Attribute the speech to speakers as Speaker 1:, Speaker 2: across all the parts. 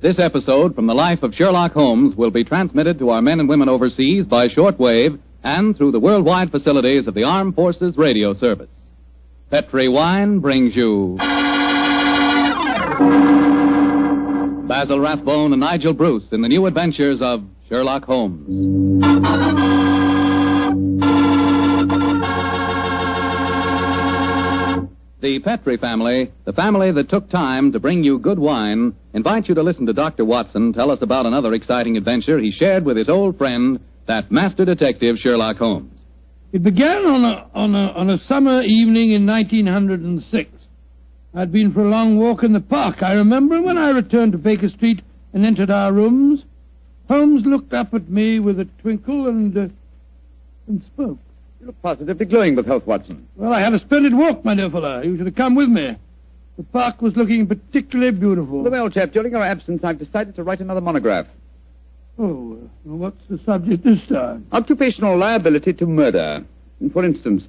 Speaker 1: This episode from the life of Sherlock Holmes will be transmitted to our men and women overseas by shortwave and through the worldwide facilities of the Armed Forces Radio Service. Petri Wine brings you Basil Rathbone and Nigel Bruce in the new adventures of Sherlock Holmes. The Petri family, the family that took time to bring you good wine, invite you to listen to Dr. Watson tell us about another exciting adventure he shared with his old friend, that master detective Sherlock Holmes.
Speaker 2: It began on a, on a, on a summer evening in 1906. I'd been for a long walk in the park, I remember, when I returned to Baker Street and entered our rooms. Holmes looked up at me with a twinkle and, uh, and spoke.
Speaker 3: You look positively glowing with health, Watson.
Speaker 2: Well, I had a splendid walk, my dear fellow. You should have come with me. The park was looking particularly beautiful.
Speaker 3: Well, well, chap, during your absence, I've decided to write another monograph.
Speaker 2: Oh, uh, what's the subject this time?
Speaker 3: Occupational liability to murder. For instance,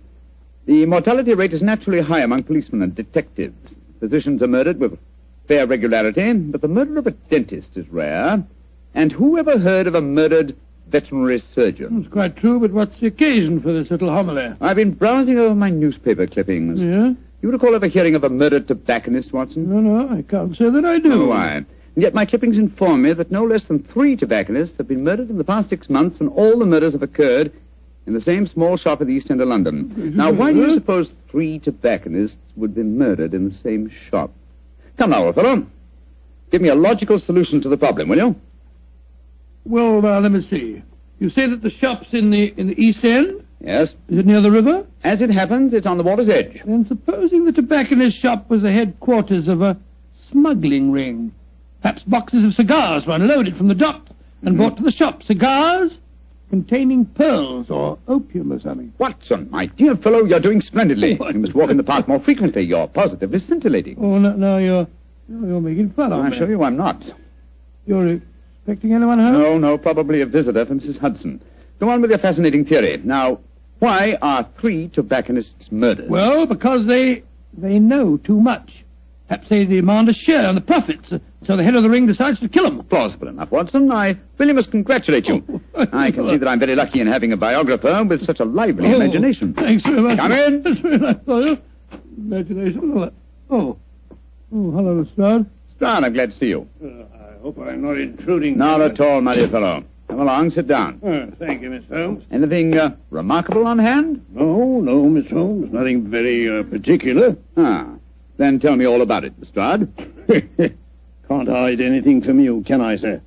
Speaker 3: the mortality rate is naturally high among policemen and detectives. Physicians are murdered with fair regularity, but the murder of a dentist is rare. And who ever heard of a murdered veterinary surgeon?
Speaker 2: It's quite true, but what's the occasion for this little homily?
Speaker 3: I've been browsing over my newspaper clippings.
Speaker 2: Yeah?
Speaker 3: You recall ever hearing of a murdered tobacconist, Watson?
Speaker 2: No, no, I can't say that I do.
Speaker 3: Oh, why? And yet my clippings inform me that no less than three tobacconists have been murdered in the past six months, and all the murders have occurred in the same small shop at the East End of London. Now, why do you suppose three tobacconists would be murdered in the same shop? Come now, old fellow. Give me a logical solution to the problem, will you?
Speaker 2: Well, uh, let me see. You say that the shop's in the in the East End?
Speaker 3: Yes.
Speaker 2: Is it near the river?
Speaker 3: As it happens, it's on the water's edge.
Speaker 2: Then supposing the tobacconist shop was the headquarters of a smuggling ring. Perhaps boxes of cigars were unloaded from the dock and brought to the shop. Cigars containing pearls or opium or something.
Speaker 3: Watson, my dear fellow, you're doing splendidly. You must walk in the park more frequently. You're positively scintillating.
Speaker 2: Oh, no, no, you're, no, you're making fun of
Speaker 3: I
Speaker 2: me.
Speaker 3: assure you I'm not.
Speaker 2: You're expecting anyone home?
Speaker 3: No, no, probably a visitor from Mrs. Hudson. Go on with your fascinating theory. Now, why are three tobacconists murdered?
Speaker 2: Well, because they they know too much. Perhaps they demand a share on the profits, uh, so the head of the ring decides to kill them.
Speaker 3: plausible enough, Watson. I really must congratulate you.
Speaker 2: Oh,
Speaker 3: I can see that I'm very lucky in having a biographer with such a lively
Speaker 2: Oh.
Speaker 3: imagination.
Speaker 2: Thanks very much.
Speaker 3: Come in.
Speaker 2: That's very nice of you. Imagination. Oh, oh, oh hello, Lestrade.
Speaker 3: Stan, I'm glad to see you.
Speaker 4: Uh,
Speaker 2: I hope I'm not intruding.
Speaker 3: Not at all, my dear fellow. Come along, sit down.
Speaker 4: Uh,
Speaker 2: thank you, Miss Holmes.
Speaker 3: Anything uh, remarkable on hand?
Speaker 2: No, no, Miss Holmes. Nothing very uh, particular.
Speaker 3: Ah. Then tell me all about it, Lestrade.
Speaker 2: Can't hide anything from you, can I, sir?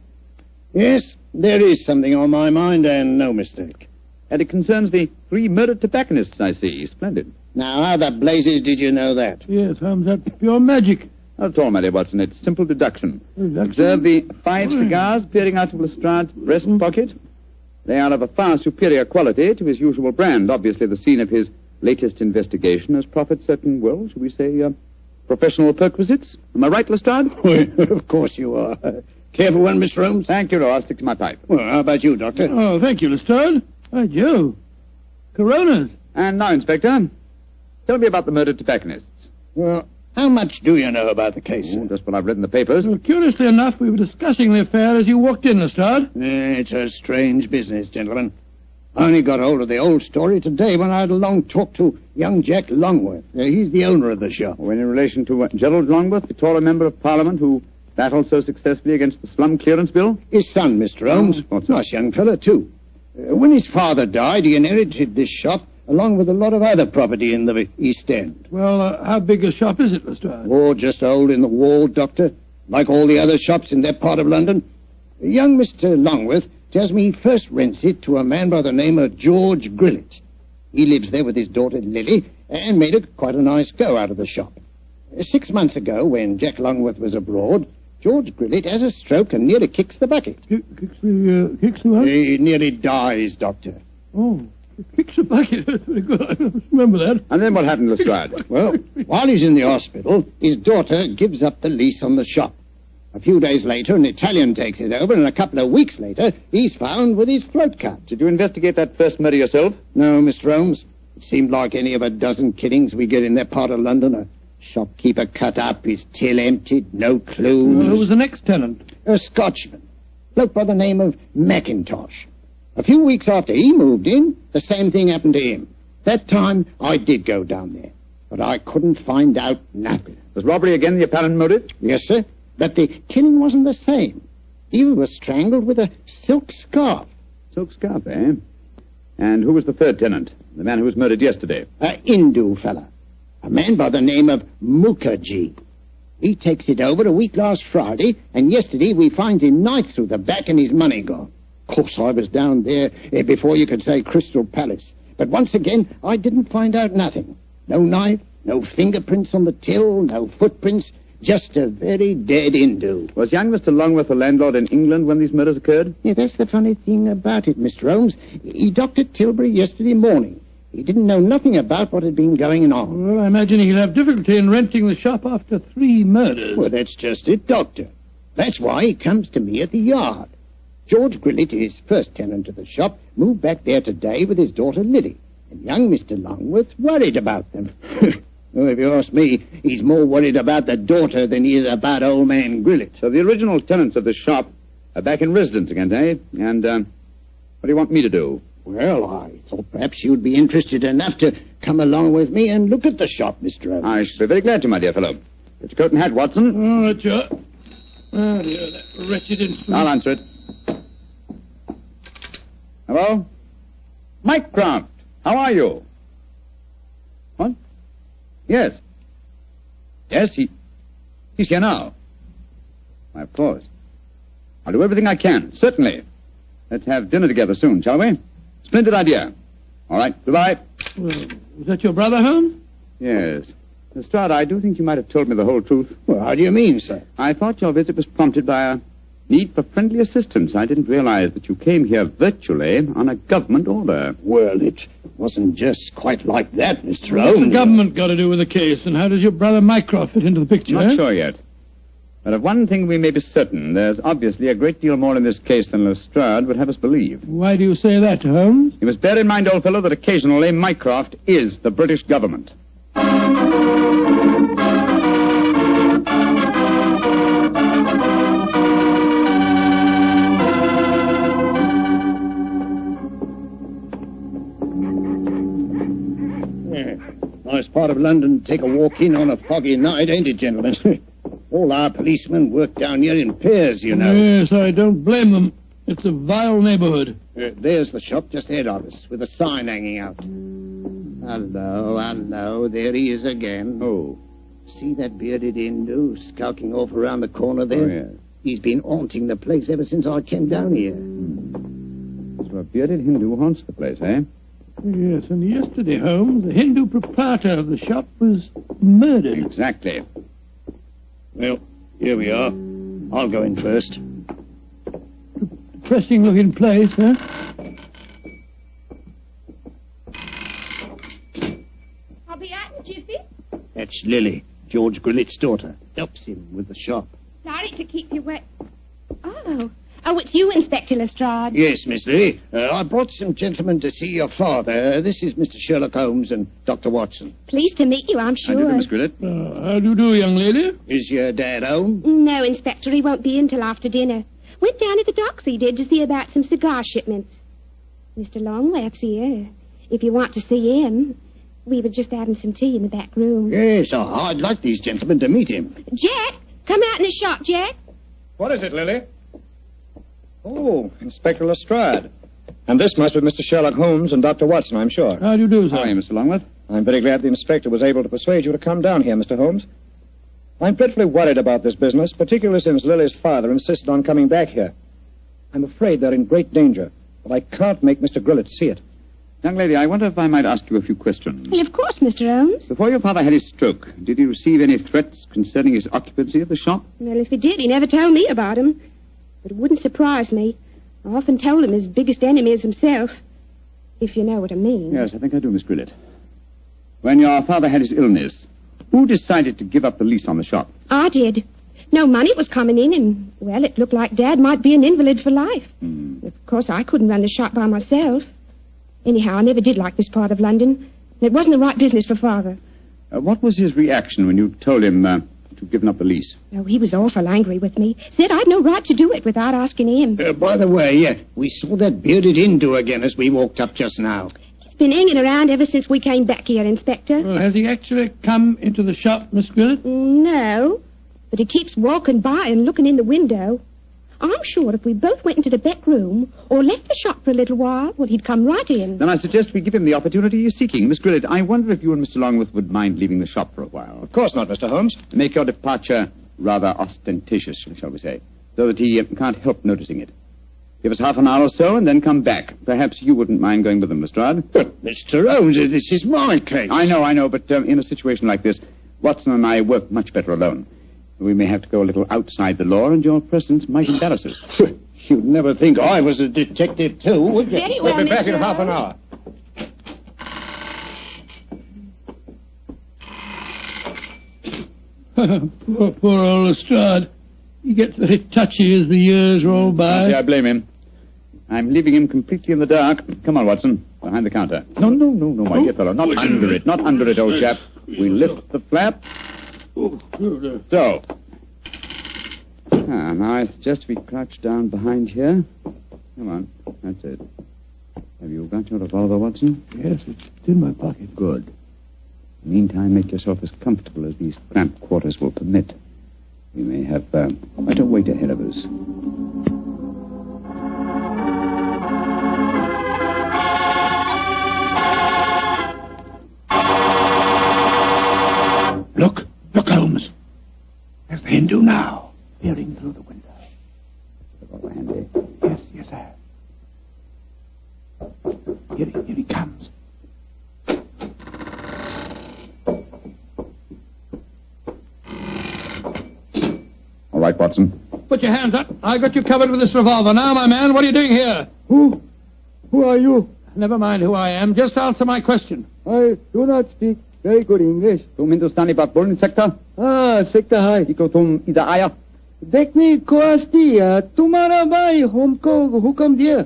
Speaker 4: Yes, there is something on my mind, and no mistake.
Speaker 3: and it concerns the three murdered tobacconists, I see. Splendid.
Speaker 4: Now, how the blazes did you know that?
Speaker 2: Yes, Holmes, that's pure magic.
Speaker 3: Not at all, my dear Watson. It's simple deduction.
Speaker 2: Deduction?
Speaker 3: Observe the five cigars peering out of Lestrade's breast pocket. They are of a far superior quality to his usual brand. Obviously, the scene of his latest investigation has proffered certain, well, shall we say, uh, professional perquisites. Am I right, Lestrade?
Speaker 4: of course you are. Careful one, Miss Holmes.
Speaker 3: Thank you, no, I'll stick to my pipe.
Speaker 4: Well, how about you, Doctor?
Speaker 2: Oh, thank you, Lestrade. By Joe. Coronas.
Speaker 3: And now, Inspector, tell me about the murdered tobacconists.
Speaker 4: Well, how much do you know about the case?
Speaker 3: Oh, Just what I've read in the papers.
Speaker 2: Well, curiously enough, we were discussing the affair as you walked in, Lestrade.
Speaker 4: Eh, It's a strange business, gentlemen. I only got hold of the old story today when I had a long talk to young Jack Longworth. Uh, he's the owner of the shop.
Speaker 3: When in relation to uh, Gerald Longworth, the Tory member of Parliament who battled so successfully against the slum clearance bill?
Speaker 4: His son, Mr. Holmes.
Speaker 3: What's that?
Speaker 4: nice young fellow, too. Uh, when his father died, he inherited this shop along with a lot of other property in the East End.
Speaker 2: Well, uh, how big a shop is it, Lestrade?
Speaker 4: Or just a hole in the wall, Doctor, like all the other shops in that part of London. Young Mr. Longworth tells me he first rents it to a man by the name of George Grillett. He lives there with his daughter Lily and made it quite a nice go out of the shop. Uh, Six months ago, when Jack Longworth was abroad, George Grillett has a stroke and nearly kicks the bucket.
Speaker 2: Ki- Kicks the, uh, kicks the
Speaker 3: Eh.
Speaker 2: what?
Speaker 4: He nearly dies, Doctor.
Speaker 2: Oh, kicks the bucket. That's very good. I don't remember that.
Speaker 3: And then what happened, Lestrade?
Speaker 4: Well, while he's in the hospital, his daughter gives up the lease on the shop. A few days later, an Italian takes it over, and a couple of weeks later, he's found with his throat cut.
Speaker 3: Did you investigate that first murder yourself?
Speaker 4: No, Mr. Holmes, it seemed like any of a dozen killings we get in that part of London are Shopkeeper cut up, his till emptied, no
Speaker 2: Well,
Speaker 4: clues.
Speaker 2: who was the next tenant?
Speaker 4: a Scotchman, bloke by the name of McIntosh. A few weeks after he moved in, the same thing happened to him. That time I did go down there, but I couldn't find out nothing.
Speaker 3: Was robbery again the apparent motive?
Speaker 4: Yes, sir, but the killing wasn't the same. He was strangled with a silk scarf.
Speaker 3: Silk scarf, eh? And who was the third tenant? The man who was murdered yesterday.
Speaker 4: a Hindu fella, a man by the name of Mukherjee. He takes it over a week last Friday, and yesterday we finds him knife through the back and his money gone. Of course, I was down there eh, before you could say Crystal Palace, but once again, I didn't find out nothing. No knife, no fingerprints on the till, no footprints, just a very dead Hindu.
Speaker 3: Was young Mr. Longworth a landlord in England when these murders occurred?
Speaker 4: Yeah, that's the funny thing about it, Mr. Holmes. He doctored Tilbury yesterday morning. He didn't know nothing about what had been going on.
Speaker 2: Well, I imagine he'll have difficulty in renting the shop after three murders.
Speaker 4: Well, that's just it, Doctor. That's why he comes to me at the yard. George Grillett, his first tenant of the shop, moved back there today with his daughter Liddy, and young Mr. Longworth's worried about them. well, if you ask me, he's more worried about the daughter than he is about old man Grillett.
Speaker 3: So the original tenants of the shop are back in residence again, eh? And, um, what do you want me to do?
Speaker 4: Well, I thought perhaps you'd be interested enough to come along with me and look at the shop, Mr. Holmes.
Speaker 3: I shall be very glad to, my dear fellow. Get your coat and hat, Watson.
Speaker 2: All right, sir. Oh, dear, that wretched instrument.
Speaker 3: I'll answer it. Hello? Mike Craft, how are you? What? Yes. Yes, he, he's here now. Why, of course. I'll do everything I can, certainly. Let's have dinner together soon, shall we? Splendid idea. All right, goodbye.
Speaker 2: Well, was that your brother, Holmes?
Speaker 3: Yes. Lestrade, I do think you might have told me the whole truth.
Speaker 4: Well, how do you mean, sir?
Speaker 3: I thought your visit was prompted by a need for friendly assistance. I didn't realize that you came here virtually on a government order.
Speaker 4: Well, it wasn't just quite like that, Mr.
Speaker 2: What's the
Speaker 4: Holmes.
Speaker 2: government got to do with the case, and how does your brother Mycroft fit into the picture?
Speaker 3: Not
Speaker 2: eh?
Speaker 3: sure yet. But of one thing we may be certain, there's obviously a great deal more in this case than Lestrade would have us believe.
Speaker 2: Why do you say that, Holmes?
Speaker 3: You must bear in mind, old fellow, that occasionally Mycroft is the British government.
Speaker 4: Yeah. Hmm. Nice part of London to take a walk in on a foggy night, ain't it, gentlemen? All our policemen work down here in pairs, you know.
Speaker 2: Yes, I don't blame them. It's a vile neighborhood.
Speaker 4: Uh, there's the shop just ahead of us, with a sign hanging out. Hello, hello, there he is again.
Speaker 3: Oh,
Speaker 4: See that bearded Hindu skulking off around the corner there?
Speaker 3: oh yes.
Speaker 4: He's been haunting the place ever since I came down here.
Speaker 3: So a bearded Hindu haunts the place, eh?
Speaker 2: Yes, and yesterday, Holmes, the Hindu proprietor of the shop was murdered.
Speaker 3: Exactly.
Speaker 4: Well, here we are. I'll go in first.
Speaker 2: Pressing looking place, huh?
Speaker 5: I'll be out in jiffy.
Speaker 4: That's Lily, George Grillett's daughter. Helps him with the shop.
Speaker 5: Sorry to keep you wait. Oh. Oh, it's you, Inspector Lestrade.
Speaker 4: Yes, Miss Lee. Uh, I brought some gentlemen to see your father. Uh, This is Mr. Sherlock Holmes and Dr. Watson.
Speaker 5: Pleased to meet you, I'm
Speaker 3: I do,
Speaker 5: sure.
Speaker 3: Miss Grillett.
Speaker 2: Uh, how do you do, young lady?
Speaker 4: Is your dad home?
Speaker 5: no, Inspector, he won't be in till after dinner. Went down to the docks, he did, to see about some cigar shipments. Mr. Longworth's here. If you want to see him, we were just having some tea in the back room.
Speaker 4: Yes, I- I'd like these gentlemen to meet him.
Speaker 5: Jack, come out in the shop, Jack.
Speaker 6: What is it, Lily? Oh, Inspector Lestrade. And this must be Mr. Sherlock Holmes and Dr. Watson, I'm sure.
Speaker 2: How do you do, sir?
Speaker 3: How are you, Mr. Longworth?
Speaker 6: I'm very glad the inspector was able to persuade you to come down here, Mr. Holmes. I'm dreadfully worried about this business, particularly since Lily's father insisted on coming back here. I'm afraid they're in great danger, but I can't make Mr. Grillett see it.
Speaker 3: Young lady, I wonder if I might ask you a few questions.
Speaker 5: Well, of course, Mr. Holmes.
Speaker 3: Before your father had his stroke, did he receive any threats concerning his occupancy of the shop?
Speaker 5: Well, if he did, he never told me about him. But it wouldn't surprise me. I often told him his biggest enemy is himself. If you know what I mean.
Speaker 3: Yes, I think I do, Miss Grillett. When your father had his illness, who decided to give up the lease on the shop?
Speaker 5: I did. No money was coming in, and, well, it looked like Dad might be an invalid for life. Of course, I couldn't run the shop by myself. Anyhow, I never did like this part of London. and It wasn't the right business for Father.
Speaker 3: Uh, what was his reaction when you told him uh, that you'd given up the lease?
Speaker 5: Oh, he was awful angry with me. Said I'd no right to do it without asking him.
Speaker 4: Uh, by the way, yeah, we saw that bearded Hindu again as we walked up just now.
Speaker 5: He's been hanging around ever since we came back here, Inspector.
Speaker 2: Well, has he actually come into the shop, Miss Grillet?
Speaker 5: No, but he keeps walking by and looking in the window. I'm sure if we both went into the back room or left the shop for a little while, well, he'd come right in.
Speaker 3: Then I suggest we give him the opportunity he's seeking. Miss Grillet, I wonder if you and Mr. Longworth would mind leaving the shop for a while.
Speaker 6: Of course not, Mr. Holmes.
Speaker 3: Make your departure rather ostentatious, shall we say, so that he uh, can't help noticing it. Give us half an hour or so and then come back. Perhaps you wouldn't mind going with him, Mr. Rudd.
Speaker 4: But, Mr. Holmes, uh, this is my case.
Speaker 3: I know, I know, but um, in a situation like this, Watson and I work much better alone. We may have to go a little outside the law, and your presence might embarrass us.
Speaker 4: You'd never think I was a detective, too, would you?
Speaker 5: Very well,
Speaker 6: we'll be back
Speaker 5: Mr.
Speaker 6: in half an
Speaker 5: Holmes.
Speaker 6: hour.
Speaker 2: poor, poor old Lestrade. He gets very touchy as the years roll
Speaker 3: See, I
Speaker 2: by.
Speaker 3: blame him. I'm leaving him completely in the dark. Come on, Watson. Behind the counter. No, no, no, no, my dear fellow. Not under it. Not under it, old chap. We lift the flap. Oh, So. Ah, now I suggest we crouch down behind here. Come on. That's it. Have you got your revolver, Watson?
Speaker 2: Yes, it's in my pocket.
Speaker 3: Good. Meantime, make yourself as comfortable as these cramped quarters will permit. We may have uh, quite a wait ahead of us.
Speaker 2: Look, look, Holmes. There's the Hindu now, peering through the window.
Speaker 3: Revolver handy.
Speaker 2: Yes, yes, sir. Here, he- here he comes.
Speaker 3: All right, Watson.
Speaker 2: Put your hands up. I got you covered with this revolver. Now, my man, what are you doing here?
Speaker 7: Who? Who are you?
Speaker 2: Never mind who I am. Just answer my question.
Speaker 7: I do not speak very good English.
Speaker 3: तुम हिंदुस्तानी बात बोल नहीं सकता
Speaker 7: Ah, सकता है
Speaker 3: तो तुम इधर आया
Speaker 7: देखने को हस्ती है तुम्हारा भाई हमको हुक्म दिया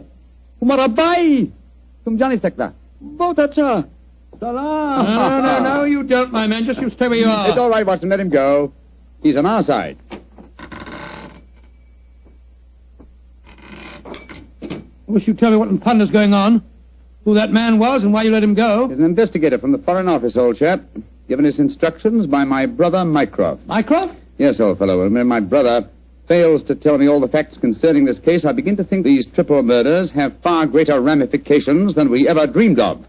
Speaker 3: तुम्हारा भाई तुम जा नहीं सकता
Speaker 7: बहुत अच्छा
Speaker 2: No,
Speaker 7: सलाम
Speaker 2: no, no, no, you don't, my man. Just you stay where you
Speaker 3: It's
Speaker 2: are.
Speaker 3: all right, Watson. Let him go. He's on our side.
Speaker 2: Wish you'd tell me what in thunder's going on, who that man was, and why you let him go.
Speaker 3: He's an investigator from the Foreign Office, old chap. Given his instructions by my brother, Mycroft.
Speaker 2: Mycroft?
Speaker 3: Yes, old fellow. When my brother fails to tell me all the facts concerning this case, I begin to think these triple murders have far greater ramifications than we ever dreamed of.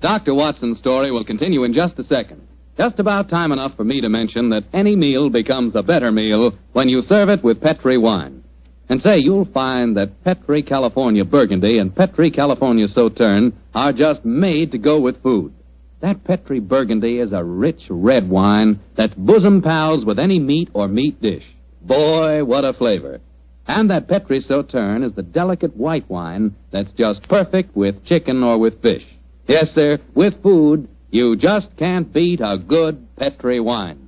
Speaker 1: Dr. Watson's story will continue in just a second. Just about time enough for me to mention that any meal becomes a better meal when you serve it with Petri wine. And say, you'll find that Petri California Burgundy and Petri California Sauterne are just made to go with food. That Petri Burgundy is a rich red wine that's bosom pals with any meat or meat dish. Boy, what a flavor. And that Petri Sauterne is the delicate white wine that's just perfect with chicken or with fish. Yes, sir, with food, you just can't beat a good Petri wine.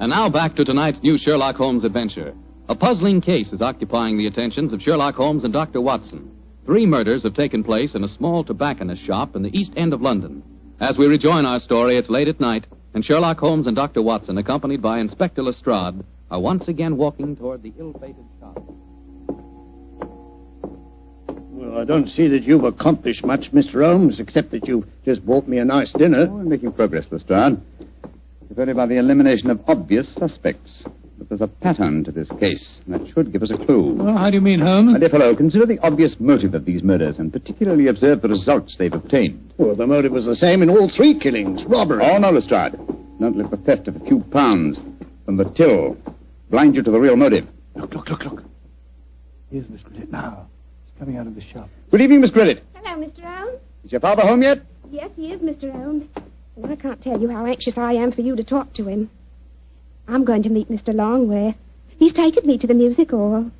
Speaker 1: And now back to tonight's new Sherlock Holmes adventure. A puzzling case is occupying the attentions of Sherlock Holmes and Dr. Watson. Three murders have taken place in a small tobacconist shop in the east end of London. As we rejoin our story, it's late at night, and Sherlock Holmes and Dr. Watson, accompanied by Inspector Lestrade, are once again walking toward the ill-fated shop.
Speaker 4: Well, I don't see that you've accomplished much, Mr. Holmes, except that you've just bought me a nice dinner.
Speaker 3: We're making progress, Lestrade. If only by the elimination of obvious suspects. But there's a pattern to this case, and that should give us a clue.
Speaker 2: Well, how do you mean,
Speaker 3: My
Speaker 2: Holmes?
Speaker 3: dear fellow, consider the obvious motive of these murders, and particularly observe the results they've obtained.
Speaker 4: Well, the motive was the same in all three killings robbery.
Speaker 3: Oh, no, Lestrade. Don't let the theft of a few pounds from the till blind you to the real motive.
Speaker 2: Look, look, look, look. Here's Miss Grillet now. She's coming out of the shop.
Speaker 3: Good evening, Miss Grillet.
Speaker 5: Hello, Mr. Holmes.
Speaker 3: Is your father home yet?
Speaker 5: Yes, he is, Mr. Holmes. And I can't tell you how anxious I am for you to talk to him. I'm going to meet Mr. Longworth. He's taken me to the music hall.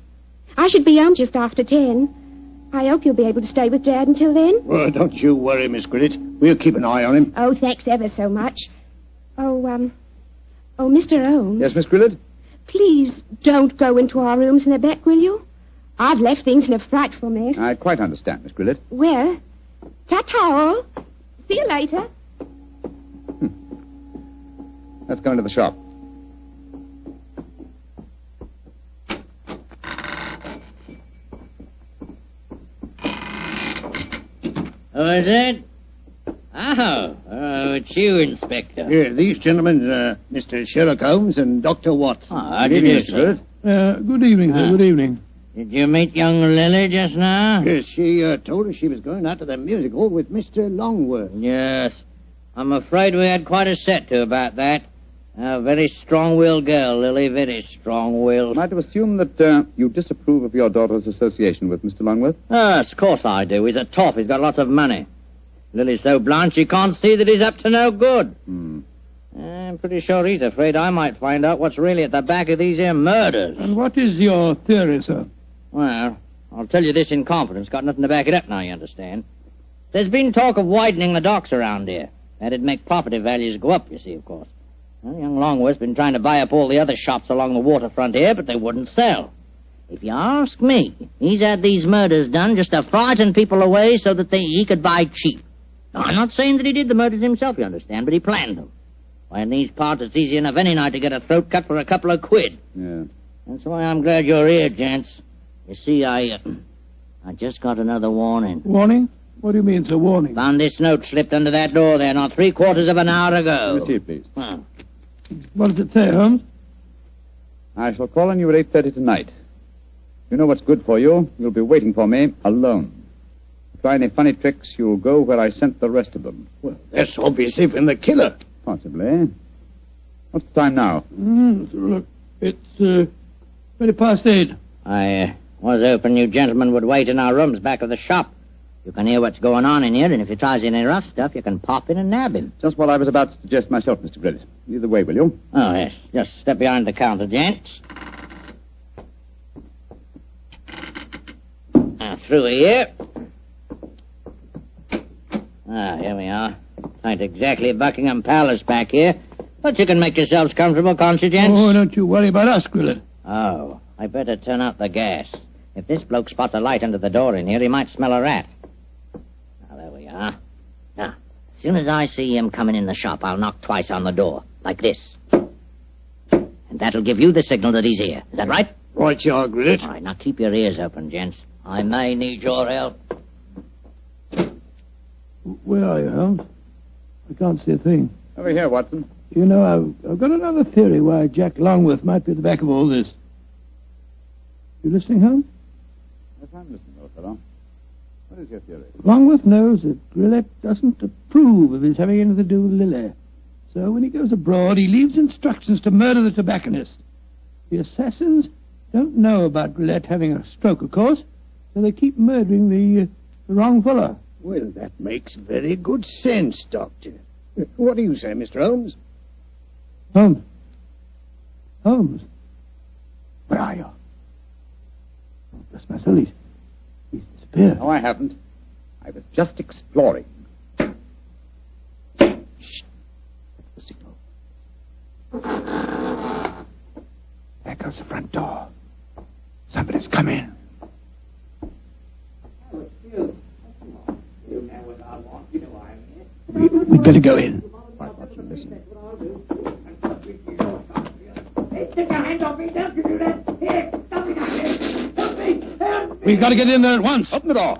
Speaker 5: I should be home just after ten. I hope you'll be able to stay with Dad until then.
Speaker 8: Well, don't you worry, Miss Grillit. We'll keep an eye on him.
Speaker 5: Oh, thanks ever so much. Oh, um, oh, Mr. Holmes,
Speaker 3: Yes, Miss Grillett?
Speaker 5: please don't go into our rooms in the back, will you? I've left things in a frightful mess.
Speaker 3: I quite understand, Miss Grillett.
Speaker 5: Well, ta-ta all. See you later.
Speaker 3: Let's go into the shop.
Speaker 4: Who is it? Oh, oh, it's you, Inspector.
Speaker 8: Here, these gentlemen, uh, Mr. Sherlock Holmes and Dr. Watson.
Speaker 4: Oh, how do you do, sir?
Speaker 2: Uh, good evening, sir.
Speaker 4: Ah.
Speaker 2: Good evening.
Speaker 4: Did you meet young Lily just now?
Speaker 8: Yes, she uh, told us she was going out to the music hall with Mr. Longworth.
Speaker 4: Yes. I'm afraid we had quite a set to about that. A very strong-willed girl, Lily, very strong-willed.
Speaker 3: Am I to assume that uh, you disapprove of your daughter's association with Mr. Longworth?
Speaker 4: Yes, of course I do. He's a toff. He's got lots of money. Lily's so blind she can't see that he's up to no good.
Speaker 3: Hmm.
Speaker 4: I'm pretty sure he's afraid I might find out what's really at the back of these here murders.
Speaker 2: And what is your theory, sir?
Speaker 4: Well, I'll tell you this in confidence. Got nothing to back it up now, you understand. There's been talk of widening the docks around here. That'd make property values go up, you see, of course. Well, young Longworth's been trying to buy up all the other shops along the waterfront here, but they wouldn't sell. If you ask me, he's had these murders done just to frighten people away so that they, he could buy cheap. Now, I'm not saying that he did the murders himself, you understand, but he planned them. Why, in these parts, it's easy enough any night to get a throat cut for a couple of quid.
Speaker 3: Yeah.
Speaker 4: That's why I'm glad you're here, gents. You see, I, uh, I just got another warning.
Speaker 2: Warning? What do you mean, sir? Warning?
Speaker 4: Found this note slipped under that door there not three quarters of an hour ago.
Speaker 3: Let me see it, please.
Speaker 4: Huh.
Speaker 2: What does it say, Holmes?
Speaker 3: I shall call on you at 8.30 tonight. You know what's good for you. You'll be waiting for me, alone. Try any funny tricks, you'll go where I sent the rest of them.
Speaker 8: That's obviously from the killer.
Speaker 3: Possibly. What's the time now?
Speaker 2: Mm, sir, look, it's uh, 20 past eight.
Speaker 4: I uh, was hoping you gentlemen would wait in our rooms back of the shop. You can hear what's going on in here, and if he tries any rough stuff, you can pop in and nab him.
Speaker 3: Just what I was about to suggest myself, Mr. Grillett. Either way, will you?
Speaker 4: Oh, yes. Just step behind the counter, gents. Now, through here. Ah, here we are. Ain't exactly Buckingham Palace back here, but you can make yourselves comfortable, can't you, gents?
Speaker 2: Oh, don't you worry about us, Grillet.
Speaker 4: Oh, I better turn out the gas. If this bloke spots a light under the door in here, he might smell a rat. Now, there we are. Now, as soon as I see him coming in the shop, I'll knock twice on the door, like this. And that'll give you the signal that he's here. Is that right?
Speaker 8: Right, you are, Grillet.
Speaker 4: All right, now keep your ears open, gents. I may need your help.
Speaker 2: Where are you, Holmes? I can't see a thing.
Speaker 3: Over here, Watson.
Speaker 2: You know, I've, I've got another theory why Jack Longworth might be at the back of all this. You listening, Holmes?
Speaker 3: Yes, I'm listening, old fellow. What is your theory?
Speaker 2: Longworth knows that Grillet doesn't approve of his having anything to do with Lily. So when he goes abroad, he leaves instructions to murder the tobacconist. The assassins don't know about Grillet having a stroke, of course, so they keep murdering the, uh, the wrong fellow.
Speaker 8: Well, that makes very good sense, Doctor. What do you say, Mr. Holmes?
Speaker 2: Holmes. Holmes. Where are you? Oh, bless my soul, he's, he's disappeared.
Speaker 3: No, I haven't. I was just exploring. Shh. The signal.
Speaker 2: There goes the front door. Somebody's come in. We, we'd better go in.
Speaker 3: Right, Watson, listen.
Speaker 2: We've got to get in there at once.
Speaker 3: Open the door.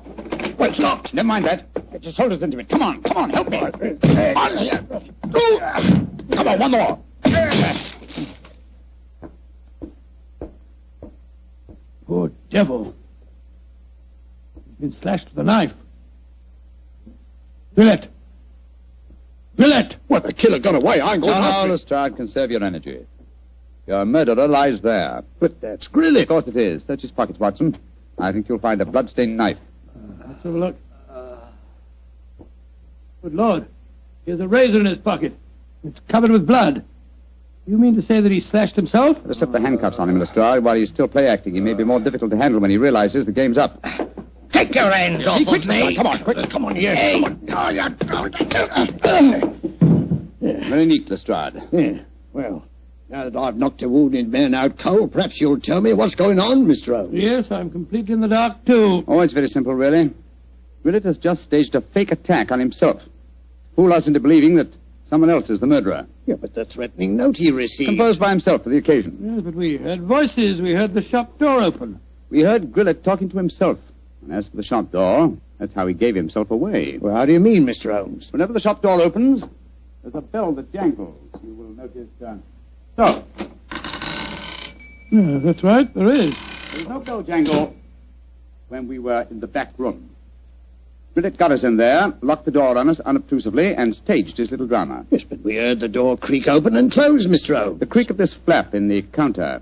Speaker 3: Well, it's locked. Never mind that. Get your shoulders into it. Come on, come on, help me. On here. Go. Come on, one more.
Speaker 2: Poor devil. He's been slashed with a knife. Grillet. Grillet.
Speaker 8: What, the killer got away? I'm
Speaker 3: Now, now, Lestrade, conserve your energy. Your murderer lies there.
Speaker 8: But that's Grillet.
Speaker 3: Of course it is. Search his pockets, Watson. I think you'll find a bloodstained knife.
Speaker 2: Let's have a look. Uh, Good Lord. He has a razor in his pocket. It's covered with blood. You mean to say that he slashed himself?
Speaker 3: Just slip the handcuffs on him, Lestrade, while he's still play acting. He may be more difficult to handle when he realizes the game's up.
Speaker 8: Take your hands off of me.
Speaker 4: Come on, quick, come on, yes,
Speaker 8: Hey.
Speaker 4: come on. Oh, you-
Speaker 3: Very neat, Lestrade.
Speaker 4: Yeah, well, now that I've knocked a wounded man out cold, perhaps you'll tell me what's going on, Mr. Holmes.
Speaker 2: Yes, I'm completely in the dark, too.
Speaker 3: Oh, it's very simple, really. Willett has just staged a fake attack on himself. Fool us into believing that someone else is the murderer.
Speaker 4: Yeah, but the threatening note he received.
Speaker 3: Composed by himself for the occasion.
Speaker 2: Yes, but we heard voices. We heard the shop door open.
Speaker 3: We heard Grillett talking to himself. And as for the shop door, that's how he gave himself away.
Speaker 4: Well, how do you mean, Mr. Holmes?
Speaker 3: Whenever the shop door opens, there's a bell that jangles. You will notice. Uh... So,
Speaker 2: Yeah, that's right, there is.
Speaker 3: there was no bell jangle when we were in the back room. Grillett got us in there, locked the door on us unobtrusively, and staged his little drama.
Speaker 4: Yes, but we heard the door creak open and close, Mr. Holmes.
Speaker 3: The creak of this flap in the counter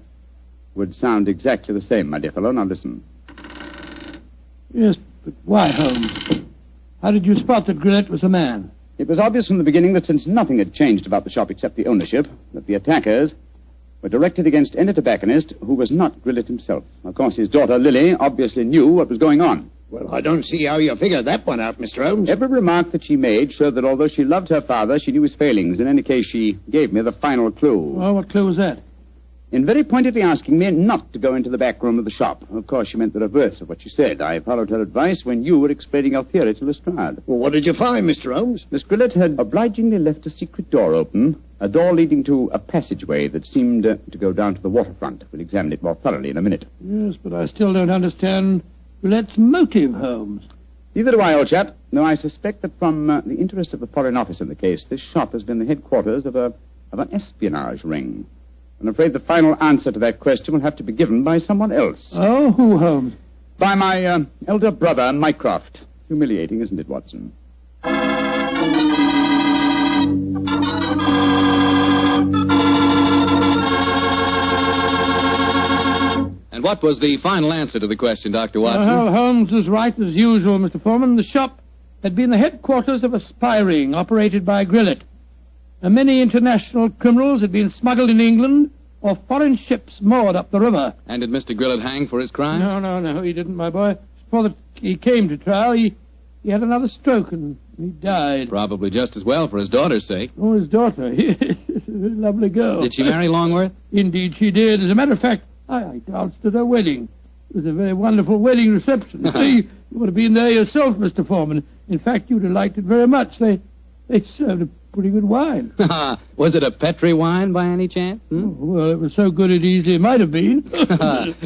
Speaker 3: would sound exactly the same, my dear fellow. Now listen.
Speaker 2: Yes, but why, Holmes? How did you spot that Gillette was a man?
Speaker 3: It was obvious from the beginning that since nothing had changed about the shop except the ownership, that the attackers were directed against any tobacconist who was not Grillett himself. Of course, his daughter, Lily, obviously knew what was going on.
Speaker 4: Well, I don't see how you figured that one out, Mr. Holmes.
Speaker 3: Every remark that she made showed that although she loved her father, she knew his failings. In any case, she gave me the final clue.
Speaker 2: Well, what clue was that?
Speaker 3: In very pointedly asking me not to go into the back room of the shop. Of course, she meant the reverse of what she said. I followed her advice when you were explaining your theory to Lestrade.
Speaker 4: Well, what did you find, Mr. Holmes?
Speaker 3: Miss Grillett had obligingly left a secret door open, a door leading to a passageway that seemed uh, to go down to the waterfront. We'll examine it more thoroughly in a minute.
Speaker 2: Yes, but I still don't understand Gillette's motive, Holmes.
Speaker 3: Neither do I, old chap, though I suspect that from uh, the interest of the Foreign Office in the case, this shop has been the headquarters of, a, of an espionage ring. I'm afraid the final answer to that question will have to be given by someone
Speaker 1: Uh.
Speaker 3: else.
Speaker 2: Oh, who, Holmes?
Speaker 3: By my uh, elder brother, Mycroft. Humiliating, isn't it, Watson?
Speaker 1: And what was the final answer to the question, Dr. Watson?
Speaker 3: Uh-huh.
Speaker 2: Well, Holmes was right as usual, Mr. Foreman. The shop had been the headquarters of a spy ring operated by Grillet. And many international criminals had been smuggled in England or foreign ships moored up the river.
Speaker 1: And did Mr. Grillett hang for his crime?
Speaker 2: No, no, no, he didn't, my boy. Before the, he came to trial, he, he had another stroke and he died.
Speaker 1: Probably just as well for his daughter's sake.
Speaker 2: Oh, his daughter. Lovely girl.
Speaker 1: Did she marry Longworth?
Speaker 2: Indeed, she did. As a matter of fact, I, I danced at her wedding. It was a very wonderful wedding reception. You see, you would have been there yourself, Mr. Foreman. In fact, you'd have liked it very much. They they served a pretty good wine. Oh,
Speaker 1: was it a Petri wine by any chance? Hmm?
Speaker 2: Well, it was so good it easily might have been.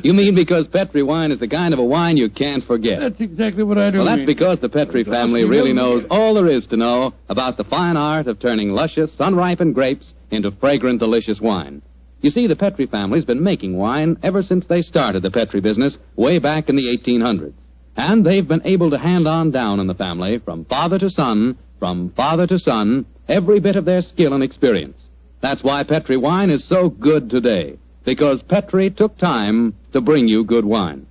Speaker 1: you mean because Petri wine is the kind of a wine you can't forget?
Speaker 2: that's exactly what I do.
Speaker 1: Well, that's
Speaker 2: mean.
Speaker 1: because the Petri family
Speaker 2: you
Speaker 1: really
Speaker 2: know.
Speaker 1: knows all there is to know about the fine art of turning luscious, sun-ripened grapes into fragrant, delicious wine. You see, the Petri family's been making wine ever since they started the Petri business way back in the 1800s. And they've been able to hand on down in the family, from father to son, from father to son, every bit of their skill and experience. That's why Petri wine is so good today, because Petri took time to bring you good wine.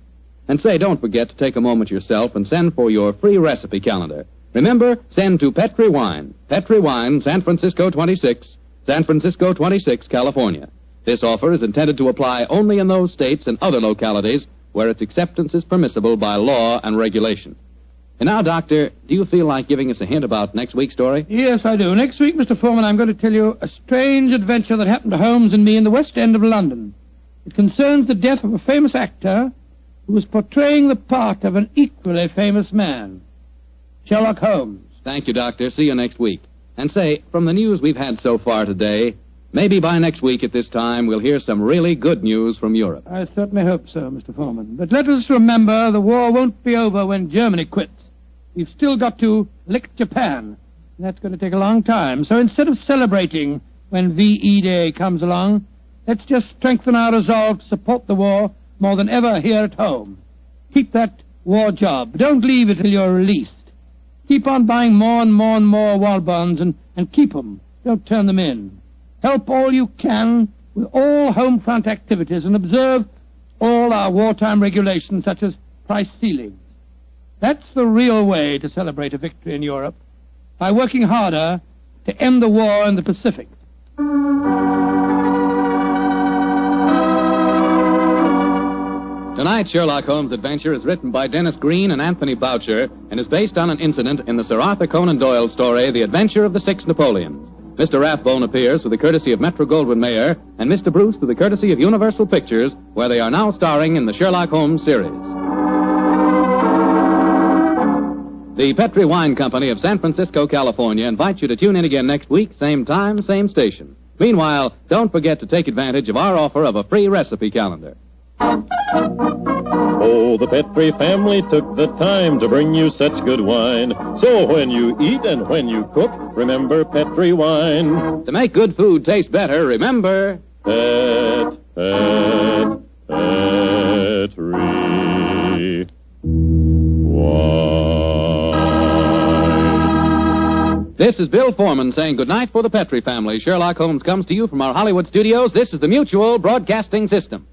Speaker 1: And say, don't forget to take a moment yourself and send for your free recipe calendar. Remember, send to Petri Wine, Petri Wine, San Francisco 26, San Francisco 26, California. This offer is intended to apply only in those states and other localities where its acceptance is permissible by law and regulation. And now, Doctor, do you feel like giving us a hint about next week's story?
Speaker 2: Yes, I do. Next week, Mr. Foreman, I'm going to tell you a strange adventure that happened to Holmes and me in the West End of London. It concerns the death of a famous actor who was portraying the part of an equally famous man, Sherlock Holmes.
Speaker 1: Thank you, Doctor. See you next week. And say, from the news we've had so far today, maybe by next week at this time we'll hear some really good news from Europe.
Speaker 2: I certainly hope so, Mr. Foreman. But let us remember the war won't be over when Germany quits. We've still got to lick Japan. And that's going to take a long time. So instead of celebrating when VE Day comes along, let's just strengthen our resolve to support the war more than ever here at home. Keep that war job. Don't leave it till you're released. Keep on buying more and more and more war bonds and, and keep 'em. Don't turn them in. Help all you can with all home front activities and observe all our wartime regulations such as price ceilings. That's the real way to celebrate a victory in Europe by working harder to end the war in the Pacific.
Speaker 1: Tonight
Speaker 3: Tonight's Sherlock Holmes adventure is written by Dennis Green and Anthony Boucher and is based on an incident in the Sir Arthur Conan Doyle story, The Adventure of the Six Napoleons. Mr. Rathbone appears for the courtesy of Metro Goldwyn Mayer and Mr. Bruce for the courtesy of Universal Pictures, where they are now starring in the Sherlock Holmes series. The Petri Wine Company of San Francisco, California invites you to tune in again next week, same time, same station. Meanwhile, don't forget to take advantage of our offer of a free recipe calendar.
Speaker 2: Oh, the Petri family took the time to bring you such good wine. So when you eat and when you cook, remember Petri wine.
Speaker 3: To make good food taste better, remember.
Speaker 2: Pet, pet, Petri wine.
Speaker 3: This is Bill Foreman saying goodnight for the Petri family. Sherlock Holmes comes to you from our Hollywood studios. This is the Mutual Broadcasting System.